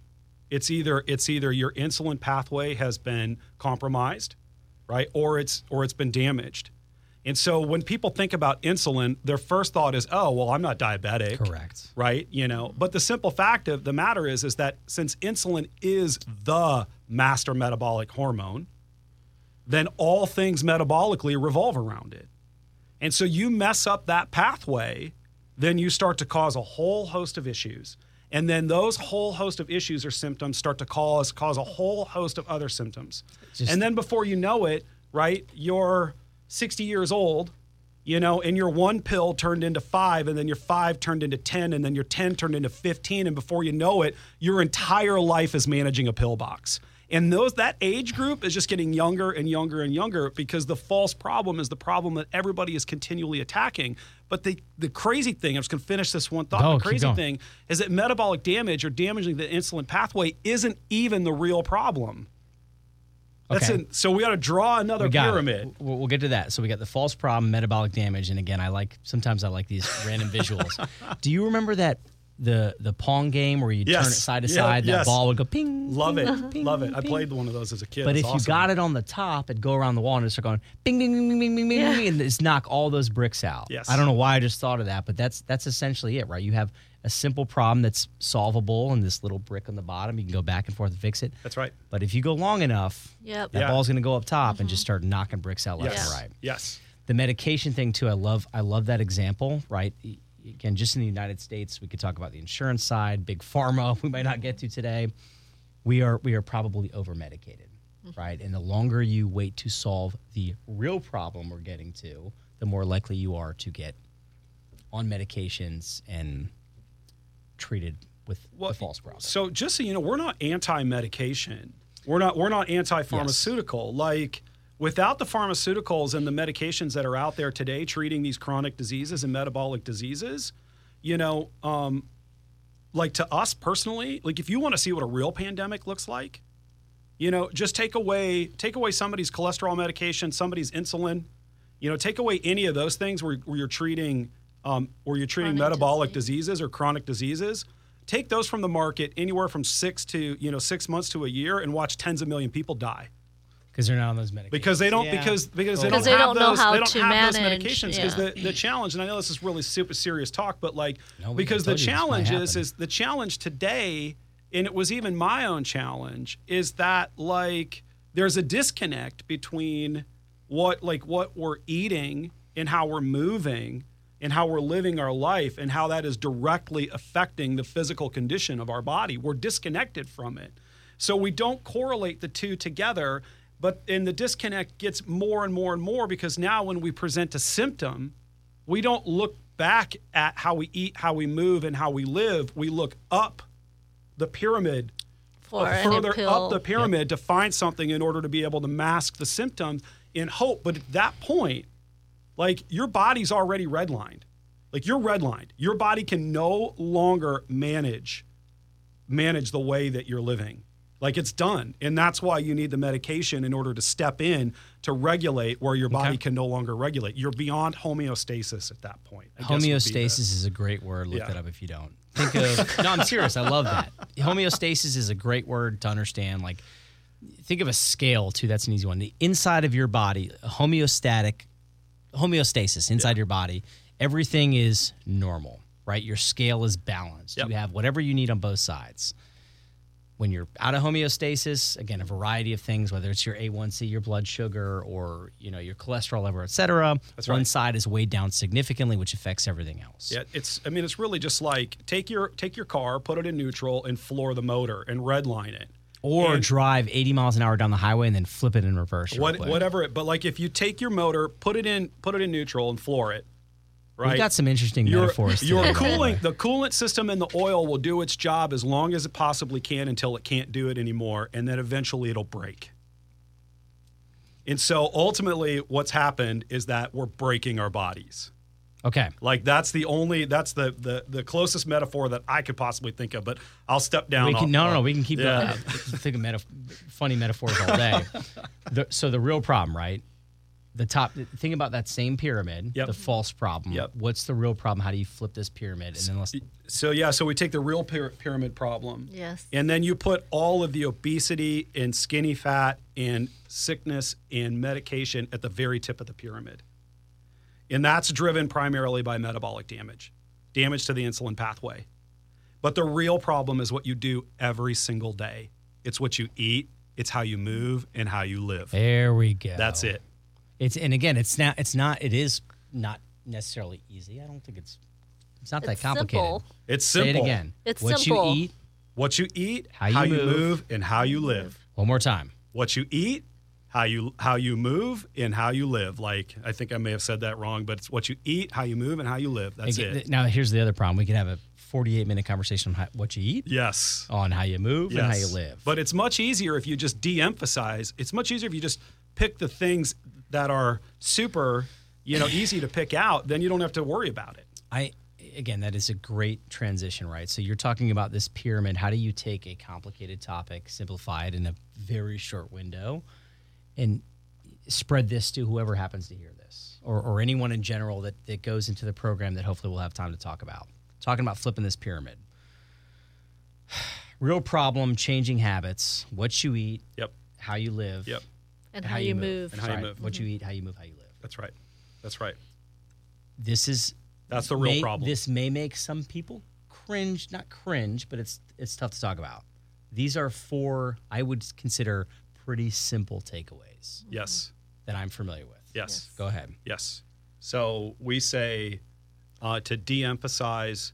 It's either it's either your insulin pathway has been compromised, right? Or it's or it's been damaged. And so when people think about insulin, their first thought is, "Oh, well, I'm not diabetic." Correct. right? You know, but the simple fact of the matter is is that since insulin is the master metabolic hormone, then all things metabolically revolve around it. And so you mess up that pathway, then you start to cause a whole host of issues. And then those whole host of issues or symptoms start to cause cause a whole host of other symptoms. Just- and then before you know it, right, you're 60 years old, you know, and your one pill turned into five, and then your five turned into 10, and then your 10 turned into 15. And before you know it, your entire life is managing a pill box. And those that age group is just getting younger and younger and younger because the false problem is the problem that everybody is continually attacking. But the, the crazy thing, I'm just gonna finish this one thought. No, the keep crazy going. thing is that metabolic damage or damaging the insulin pathway isn't even the real problem. That's Okay. it. So we got to draw another We got it. pyramid. We'll, we'll get to that. So we got the false problem, metabolic damage, and again, I like sometimes I like these random *laughs* visuals. Do you remember that the the pong game where you Yes. turn it side to Yeah, side, that yes. ball would go ping. Love ping, *laughs* it. ping, Love it. I ping. played one of those as a kid. But if It's you awesome. got it on the top, it'd go around the wall and it'd start going bing, bing, bing, bing, bing, bing, bing, Yeah. bing, and just knock all those bricks out. Yes. I don't know why I just thought of that, but that's that's essentially it, right? You have a simple problem that's solvable, and this little brick on the bottom, you can go back and forth and fix it. That's right. But if you go long enough, Yep. that Yeah. ball's going to go up top and just start knocking bricks out left Yes. and right Yes. the medication thing too i love i love that example right E- again just in the united states we could talk about the insurance side big pharma *laughs* we might not get to today we are we are probably over medicated right and the longer you wait to solve the real problem we're getting to the more likely you are to get on medications and treated with Well, the false problem So just so you know, we're not anti-medication. We're not we're not anti-pharmaceutical. Like without the pharmaceuticals and the medications that are out there today treating these chronic diseases and metabolic diseases, you know, um, like to us personally, like if you want to see what a real pandemic looks like, you know, just take away take away somebody's cholesterol medication, somebody's insulin, you know, take away any of those things where, where you're treating um, where you're treating Chronic metabolic disease. diseases or chronic diseases. Take those from the market anywhere from six to you know six months to a year and watch tens of million people die because they're not on those medications because they don't Yeah. because because they Because don't they have don't know those how they don't to have manage, those medications because yeah. the, the challenge and I know this is really super serious talk but like No, we because the told you this might challenge is happen. is the challenge today and it was even my own challenge is that like there's a disconnect between what like what we're eating and how we're moving and how we're living our life and how that is directly affecting the physical condition of our body we're disconnected from it so we don't correlate the two together but and the disconnect gets more and more and more because now when we present a symptom we don't look back at how we eat, how we move, and how we live. We look up the pyramid, For uh, an further up pill. the pyramid to find something in order to be able to mask the symptoms in hope. But at that point, like your body's already redlined. Like you're redlined. Your body can no longer manage manage the way that you're living. Like it's done. And that's why you need the medication in order to step in to regulate where your body can no longer regulate. You're beyond homeostasis at that point. I guess would be the- Homeostasis is a great word. Look Yeah. that up if you don't. Think of *laughs* no, I'm serious. I love that. Homeostasis is a great word to understand. Like, think of a scale too. That's an easy one. The inside of your body, homeostatic, homeostasis inside your body, everything is normal, right? Your scale is balanced. Yep. You have whatever you need on both sides. When you're out of homeostasis, again, a variety of things, whether it's your A1C, your blood sugar, or you know your cholesterol level, et cetera. That's One right. side is weighed down significantly, which affects everything else. Yeah, it's. I mean, it's really just like take your take your car, put it in neutral, and floor the motor and redline it. Or And- drive 80 miles an hour down the highway and then flip it in reverse. real What, quick. whatever it, but like if you take your motor, put it in, put it in neutral and floor it. Right. We've got some interesting Your, metaphors. your today, by the way. cooling, *laughs* the coolant system and the oil will do its job as long as it possibly can until it can't do it anymore, and then eventually it'll break. And so ultimately, what's happened is that we're breaking our bodies. Okay. Like that's the only that's the the, the closest metaphor that I could possibly think of. But I'll step down. We can, no, I'll- no, no. We can keep Yeah. going. Think of meta- funny metaphors all *laughs* day. The- so the real problem, right? The top. Think about that same pyramid. Yep. The false problem. Yep. What's the real problem? How do you flip this pyramid? And then let's. So yeah, so we take the real pyra- pyramid problem. Yes. And then you put all of the obesity and skinny fat and sickness and medication at the very tip of the pyramid. And that's driven primarily by metabolic damage, damage to the insulin pathway. But the real problem is what you do every single day. It's what you eat, it's how you move and how you live. There we go. That's it. It's and again, it's not. It's not. It is not necessarily easy. I don't think it's. It's not It's that complicated. simple. It's Say simple. it again. It's what simple. you eat. What you eat, How you move. move, and how you live. One more time. what you eat, how you how you move, and how you live. Like I think I may have said that wrong, but it's what you eat, how you move, and how you live. That's Again, th- it. Now here's the other problem. We can have a 48 minute conversation on how, what you eat, Yes. on how you move, and how you Yes. live. But it's much easier if you just de-emphasize. It's much easier if you just pick the things that are super, you know, easy to pick out. Then you don't have to worry about it. I again, that is a great transition, right? So you're talking about this pyramid. How do you take a complicated topic, simplify it in a very short window, and spread this to whoever happens to hear this, or, or anyone in general that, that goes into the program that hopefully we'll have time to talk about. Talking about flipping this pyramid. *sighs* Real problem changing habits, what you eat, Yep. how you live, Yep. and how, you move. And Mm-hmm. how you Sorry, move. What you eat, how you move, how you live. That's right. That's right. This is That's the real may- problem. This may make some people cringe, not cringe, but it's it's tough to talk about. These are four I would consider pretty simple takeaways Yes. that I'm familiar with. Yes. Go ahead. Yes. So we say uh, to de emphasize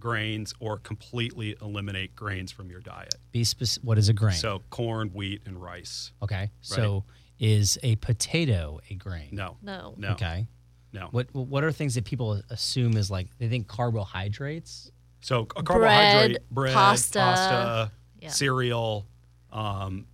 grains or completely eliminate grains from your diet. Be speci What is a grain? So corn, wheat, and rice. okay. So is a potato a grain? No. No. No. Okay. No. What what are things that people assume is like they think carbohydrates? *laughs* So a carbohydrate, bread, pasta. pasta, Yeah. cereal, um,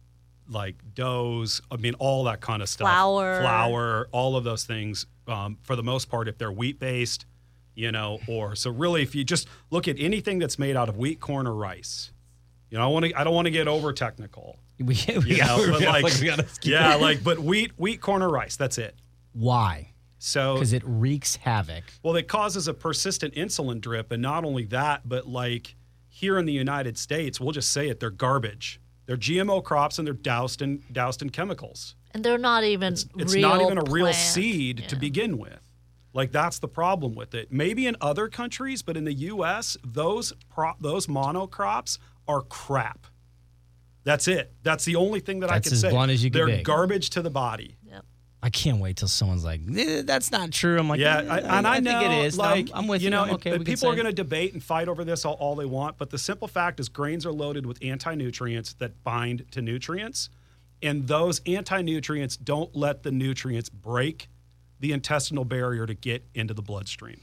like doughs. I mean, all that kind of stuff. Flour. Flour. All of those things. Um, for the most part, if they're wheat based, you know, or so really, if you just look at anything that's made out of wheat, corn, or rice. You know, I want to. I don't want to get over technical. We, we *laughs* You know, but like, we gotta keep- yeah, like, but wheat, wheat, corn, or rice. That's it. why? So Because it wreaks havoc. Well, it causes a persistent insulin drip. And not only that, but like here in the United States, we'll just say it, they're garbage. They're GMO crops and they're doused in doused in chemicals. And they're not even It's real not even a real plant. seed to Yeah. begin with. Like that's the problem with it. Maybe in other countries, but in the US, those pro- those monocrops are crap. That's it. That's the only thing that I That's can as say. blunt as you can They're be. garbage to the body. Yep. I can't wait till someone's like, "Eh, "That's not true." I'm like, Yeah, "Eh, I, and I, know, think it is. No, Like, I'm, I'm with you. know, I'm and- okay. and we can people are say- going to debate and fight over this all, all they want, but the simple fact is grains are loaded with anti-nutrients that bind to nutrients, and those anti-nutrients don't let the nutrients break the intestinal barrier to get into the bloodstream.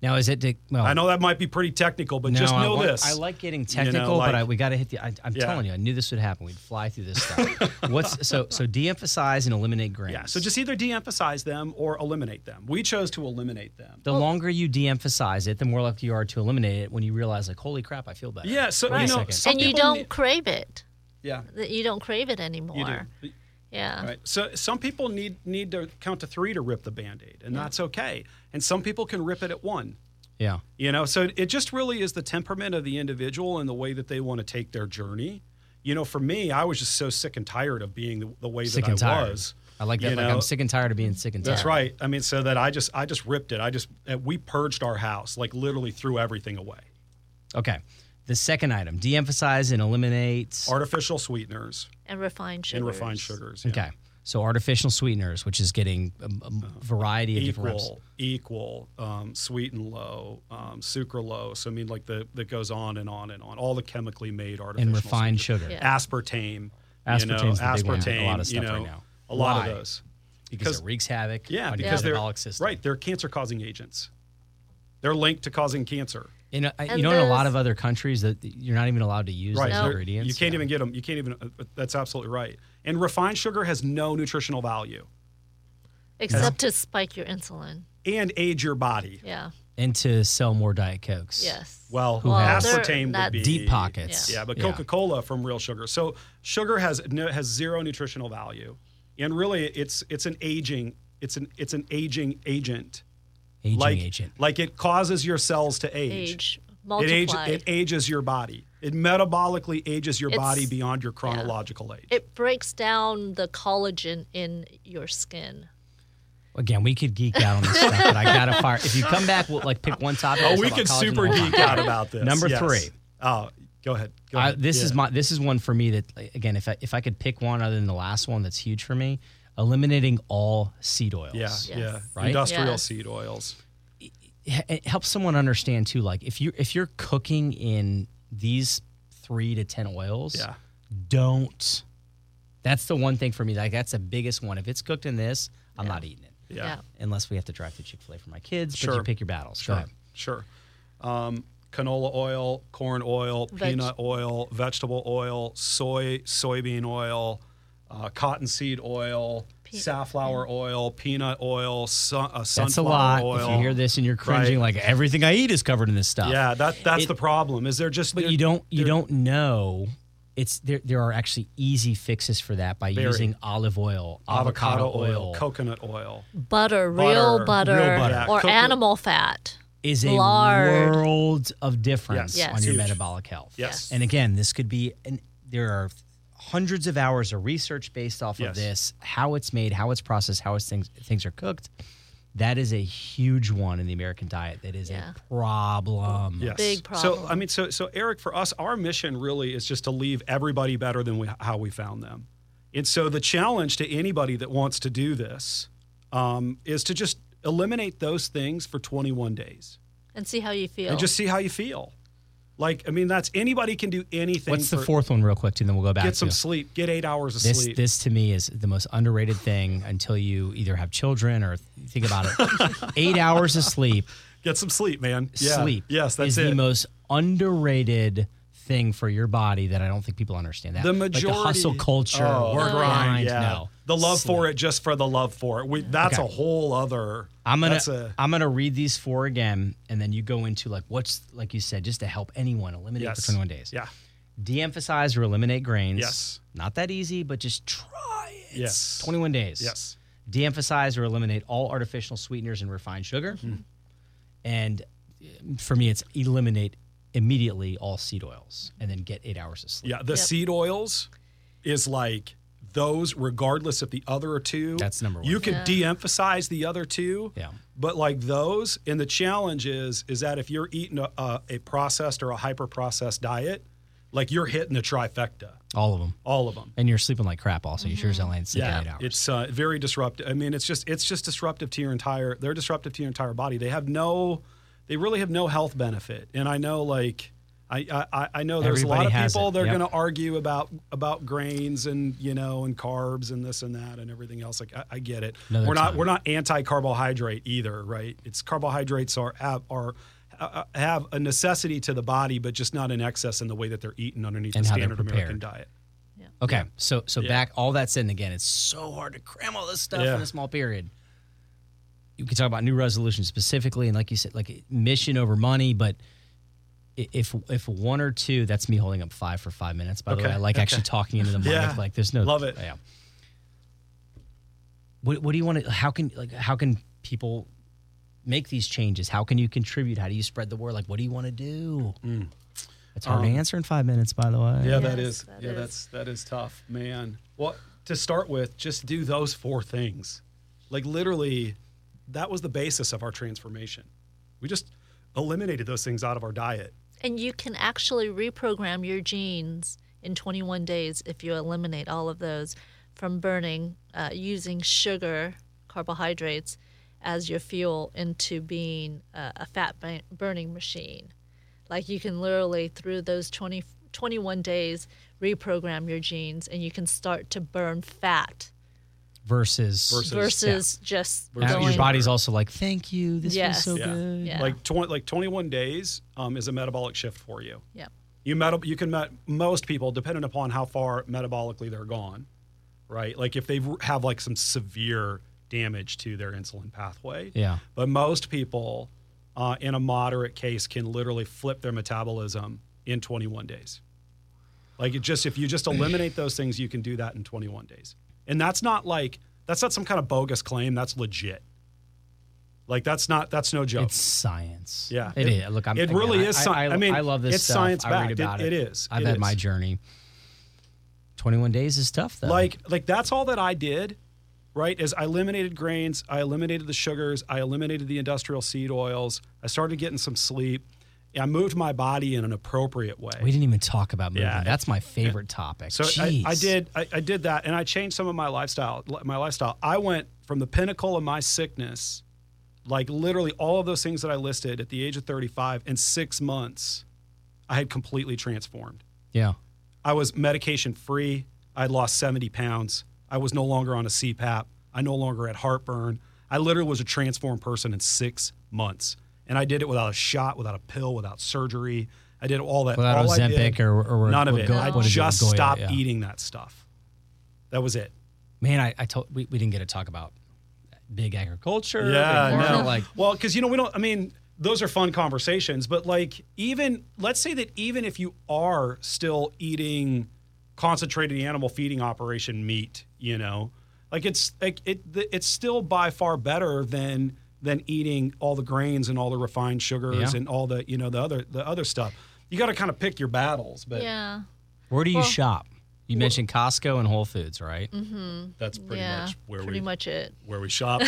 now. Is it? To, well, I know that might be pretty technical, but no, just I know want- this. I like getting technical, like- but I, we got to hit the. I, I'm Yeah. telling you, I knew this would happen. We'd fly through this stuff. What's so? So de-emphasize and eliminate grains. yeah, so just either de-emphasize them or eliminate them. We chose to eliminate them. the longer you de-emphasize it, the more likely you are to eliminate it. When you realize, like, holy crap, I feel better. Yeah, so Wait a you know, second. some And you people don't need- crave it. yeah, That You don't crave it anymore. you do. Yeah. Right. So some people need need to count to three to rip the band-aid, and that's okay. And some people can rip it at one. yeah. You know, so it just really is the temperament of the individual and the way that they want to take their journey. You know, for me, I was just so sick and tired of being the, the way Sick that I and tired. was. I like that. You Like know, I'm sick and tired of being sick and tired. That's right. I mean, so that I just I just ripped it. I just uh, we purged our house, like literally threw everything away. Okay. The second item: de-emphasize and eliminate. Artificial sweeteners and refined sugar. and refined sugars. yeah. Uh-huh. okay. So artificial sweeteners, which is getting a, a variety of different reps. Equal, equal, um, sweet and low, um, sucralose. I mean, like the that goes on and on and on. All the chemically made artificial and refined sweeteners. sugar Yeah. aspartame. you know, Aspartame's the big one. A aspartame. lot of stuff you know, right now. A lot Why? of those. because Because- it wreaks havoc Yeah, on your because they're metabolic system. right. They're cancer-causing agents. They're linked to causing cancer. In a, you And know, in a lot those- of other countries, that you're not even allowed to use Right. those they're- ingredients. You can't Yeah. even get them. You can't even. uh, that's absolutely right. And refined sugar has no nutritional value Except to spike your insulin. and aids your body. Yeah. and to sell more Diet Cokes. Yes. Well, has- aspartame Well, would be Deep pockets. Yeah, but Coca Cola from real sugar. So sugar has no, has zero nutritional value, and really, it's it's an aging it's an it's an aging agent. aging like agent. like it causes your cells to age. Age. It, age, Multiply. it ages your body. It metabolically ages your It's- body beyond your chronological age. it breaks down the collagen in your skin. Again, we could geek out on this stuff, but I gotta fire. If you come back, we'll like pick one topic. Oh, Let's we talk about could collagen super all night. geek out about this. Number Yes. three. Oh, go ahead. Go I, ahead. this is Yeah. my this is one for me that like, again, if I, if I could pick one other than the last one, that's huge for me. Eliminating all seed oils. yeah, Yes. yeah. Right? Industrial Yes. seed oils. it helps someone understand too. Like if you if you're cooking in these three to ten oils, Yeah. don't. That's the one thing for me. Like that's the biggest one. If it's cooked in this, I'm not eating it Yeah. Yeah. unless we have to drive to Chick Fil A for my kids. But you Sure. pick your battles. Go Sure. ahead. Sure. Um, canola oil, corn oil, Veg- peanut oil, vegetable oil, soy, soybean oil, uh, cottonseed oil, safflower oil, peanut oil, sun, uh, sunflower That's a lot. oil. If you hear this and you're cringing, like everything I eat is covered in this stuff. yeah, that that's the problem. Is there just but there- you don't you there- don't know. It's there. There are actually easy fixes for that by Very. using olive oil, avocado, avocado oil, oil, coconut oil. Butter, real Butter, real butter, butter. or Cook- animal fat. is a Lard. world of difference Yes. Yes. on your Huge. metabolic health. Yes. And again, this could be an, there are hundreds of hours of research based off of Yes. this, how it's made, how it's processed, how it's things things are cooked. That is a huge one in the American diet. That is Yeah. a problem. Yes. Big So problem. I mean, so so Eric, for us, our mission really is just to leave everybody better than we, how we found them, and so the challenge to anybody that wants to do this um, is to just eliminate those things for 21 days And see how you feel. and just see how you feel. Like, I mean, that's anybody can do anything. What's the for- fourth one, real quick, too? Then we'll go back Get some to sleep. Get eight hours of this. sleep. This to me is the most underrated thing until you either have children or think about *laughs* it. Eight hours of sleep Get some sleep, man. Yeah. sleep Yes, is that's the it. most underrated thing for your body that I don't think people understand that. the Like majority hustle culture, oh, work grind, grind, yeah. no. The love for it, just for the love for it. We, that's Okay. a whole other. I'm gonna That's a, I'm gonna read these four again, and then you go into like what's like you said, just to help anyone eliminate for yes. 21 days. Yeah. De-emphasize or eliminate grains. Yes. Not that easy, but just try it. Yes. 21 days. Yes. De-emphasize or eliminate all artificial sweeteners and refined sugar. And um, for me, it's eliminate immediately all seed oils, and then get eight hours of sleep. Yeah, the Yep. seed oils is like those, regardless of the other two. That's number one. You can de-emphasize the other two. Yeah. But like those, and the challenge is, is that if you're eating a, a, a processed or a hyper-processed diet, like you're hitting the trifecta, All of them. all of them. And you're sleeping like crap also. You sure as hell ain't sleeping eight hours. it's uh, very disruptive. I mean, it's just it's just disruptive to your entire. They're disruptive to your entire body. They have no, they really have no health benefit. And I know, like, I I- I, I know there's Everybody a lot of has people it. they're Yep. going to argue about about grains and you know and carbs and this and that and everything else. Like, I, I get it. Another we're time. not we're not anti carbohydrate either, right? It's carbohydrates are have, are uh, have a necessity to the body, but just not in excess in the way that they're eaten underneath And the how they're standard American prepared. diet. okay. So so Yeah. back all that said and again, it's so hard to cram all this stuff Yeah. in a small period. You can talk about new resolutions specifically, and like you said, like mission over money, but i- if if one or two, that's me holding up five for five minutes. By the Okay. way, I like actually talking into the *laughs* mic. Yeah. Like there's no Love it. Yeah. What what do you want to? How can like how can people make these changes? How can you contribute? How do you spread the word? Like what do you want to do? It's hard to answer in five minutes. By the way, Mm. Um, Yeah, that Yes, is. that yeah, is. that's that is tough, man. What to start with, just do those four things. Like literally, that was the basis of our transformation. We just eliminated those things out of our diet. And you can actually reprogram your genes in 21 days if you eliminate all of those from burning uh, using sugar, carbohydrates as your fuel into being uh, a fat burn- burning machine. Like you can literally, through those 20, 21 days, reprogram your genes and you can start to burn fat versus, Versus- versus just Now going, your body's also like, thank you. This was Yes. so Yeah. good. Yeah. Like tw- like 21 days um, is a metabolic shift for you. Yeah. You metal you can met most people depending upon how far metabolically they're gone, right? Like if they have like some severe damage to their insulin pathway. Yeah. But most people uh, in a moderate case can literally flip their metabolism in 21 days. Like it just if you just eliminate those things, you can do that in 21 days. And that's not like that's not some kind of bogus claim. That's legit. Like that's not that's no joke. It's science. Yeah. it It- is. Look, I'm, it again, really I- is I- sci- I, I mean, I love this it's stuff. I science-backed. read about it. It- it is. I've It had is. my journey. 21 days is tough though. Like like that's all that I did, right? Is I eliminated grains, I eliminated the sugars, I eliminated the industrial seed oils. I started getting some sleep. I moved my body in an appropriate way. we didn't even talk about moving. Yeah. That's my favorite topic. so I, Jeez. I did I, I did that and I changed some of my lifestyle li- my lifestyle. I went from the pinnacle of my sickness, like literally all of those things that I listed at the age of 35 in 6 months, I had completely transformed. Yeah. I was medication free. I had lost 70 pounds. I was no longer on a CPAP. I no longer had heartburn. I literally was a transformed person in six months. And I did it without a shot, without a pill, without surgery. I did all that. Without all I did- Ozempic or- or- none of or it. Go- I what is it, just Goya, stopped yeah. eating that stuff. That was it. Man, I, I told we, we didn't get to talk about big agriculture. Yeah, big farming, no. Like well, because you know we don't. I mean, those are fun conversations, but like even let's say that even if you are still eating concentrated animal feeding operation meat, you know, like it's like it it's still by far better than than eating all the grains and all the refined sugars Yeah. and all the you know the other the other stuff. You got to kind of pick your battles, but yeah. where do you Well- Mm-hmm. shop? You mentioned Costco and Whole Foods, right? that's pretty yeah, much where pretty we much it. where we *laughs* shop.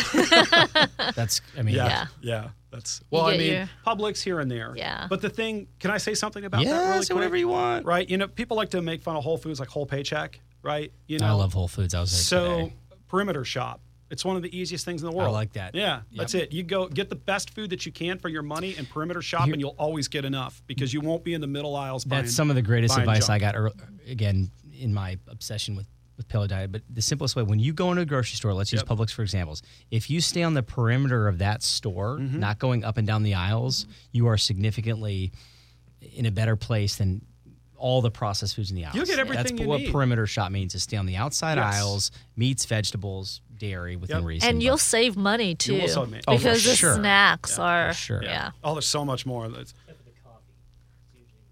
That's I mean Yeah. Yeah. Yeah. That's well, I get mean, your- Publix here and there. Yeah. But the thing, can I say something about that? Yeah, Really say quick? whatever you want. Right. You know, people like to make fun of Whole Foods, like Whole Paycheck, right? You know, I love Whole Foods. I was there so today. perimeter shop. It's one of the easiest things in the world. like that. Yeah, Yep. that's it. You go get the best food that you can for your money and perimeter shop, Here- and you'll always get enough because you won't be in the middle aisles. buying- That's some of the greatest buying advice junk. I got. ear- Again, in my obsession with with paleo diet, but the simplest way when you go into a grocery store, let's use Yep. Publix for examples. If you stay on the perimeter of that store, Mm-hmm. not going up and down the aisles, you are significantly in a better place than all the processed foods in the aisles. You'll get everything That's you what need. perimeter shop means: is stay on the outside Yes. aisles, meats, vegetables, dairy within Yep. reason. And but- you'll save money too. You will save money. Oh, for Because the sure. snacks are sure. yeah. Oh, there's so much more. That's-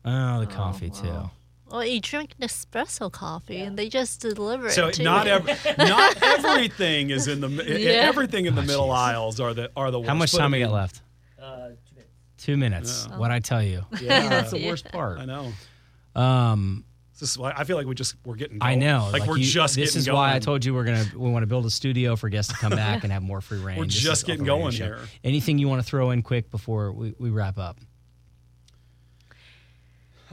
oh, the coffee too. Well, you drink Nespresso coffee and they just deliver So it. to not you. every, not everything is in the *laughs* Yeah. everything in the middle aisles are the are the worst. Oh, How much But, time I we got mean, left? Two minutes. What I tell you. Yeah. That's the worst part. I know. Um, this is why I feel like we just we're getting. Going. Um, I know. Like, we're you- just. This getting is going. why I told you we're gonna we want to build a studio for guests to come back and have more free reign. We're This is just getting Upper Radio going Show. here. Anything you want to throw in quick before we, we wrap up?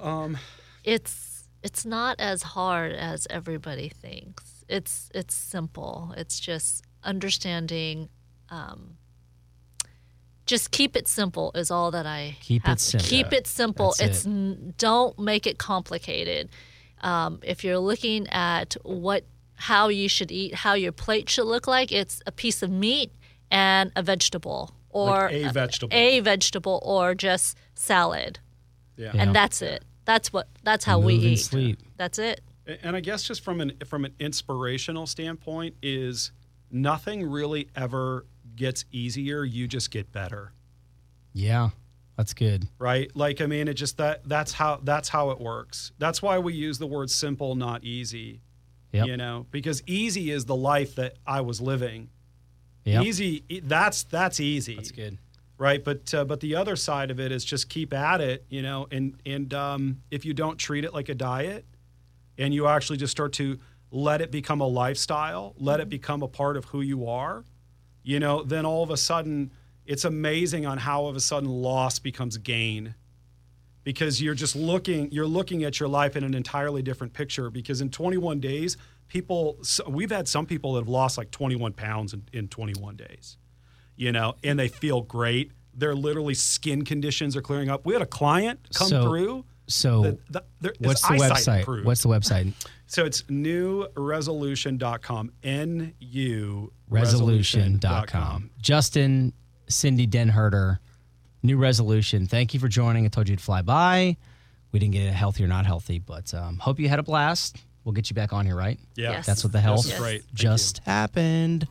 Um, it's it's not as hard as everybody thinks. It's it's simple. It's just understanding. Um, just keep it simple is all that I Keep have it to- simple. Keep it simple. That's It's it. n- don't make it complicated. Um, if you're looking at what how you should eat, how your plate should look like, it's a piece of meat and a vegetable or a vegetable. a vegetable or just salad Yeah. and that's it. That's what. That's how we Move and eat. sleep. That's it. and I guess just from an from an inspirational standpoint is nothing really ever gets easier. You just get better, Yeah, that's good. right? Like I mean, it just that that's how that's how it works. That's why we use the word simple, not easy. Yep. You know, because easy is the life that I was living. Yep. Easy, e- that's that's easy. That's good. right? But uh, but the other side of it is just keep at it, you know. And and um, if you don't treat it like a diet, and you actually just start to let it become a lifestyle, let Mm-hmm. it become a part of who you are, you know, then all of a sudden it's amazing on how all of a sudden loss becomes gain because you're just looking you're looking at your life in an entirely different picture because in 21 days people so- we've had some people that have lost like 21 pounds in, in 21 days you know and they feel great their literally skin conditions are clearing up we had a client come So- through so that- that- their- his What's the eyesight website? improved. What's the *laughs* website? so it's newresolution.com n-u Resolution.com. Justin, Cindy Denherter, new resolution. Thank you for joining. I told you to fly by. We didn't get it healthy or not healthy, but um, hope you had a blast. We'll get you back on here, right? yeah Yes. That's what the health This is great. Thank just happened.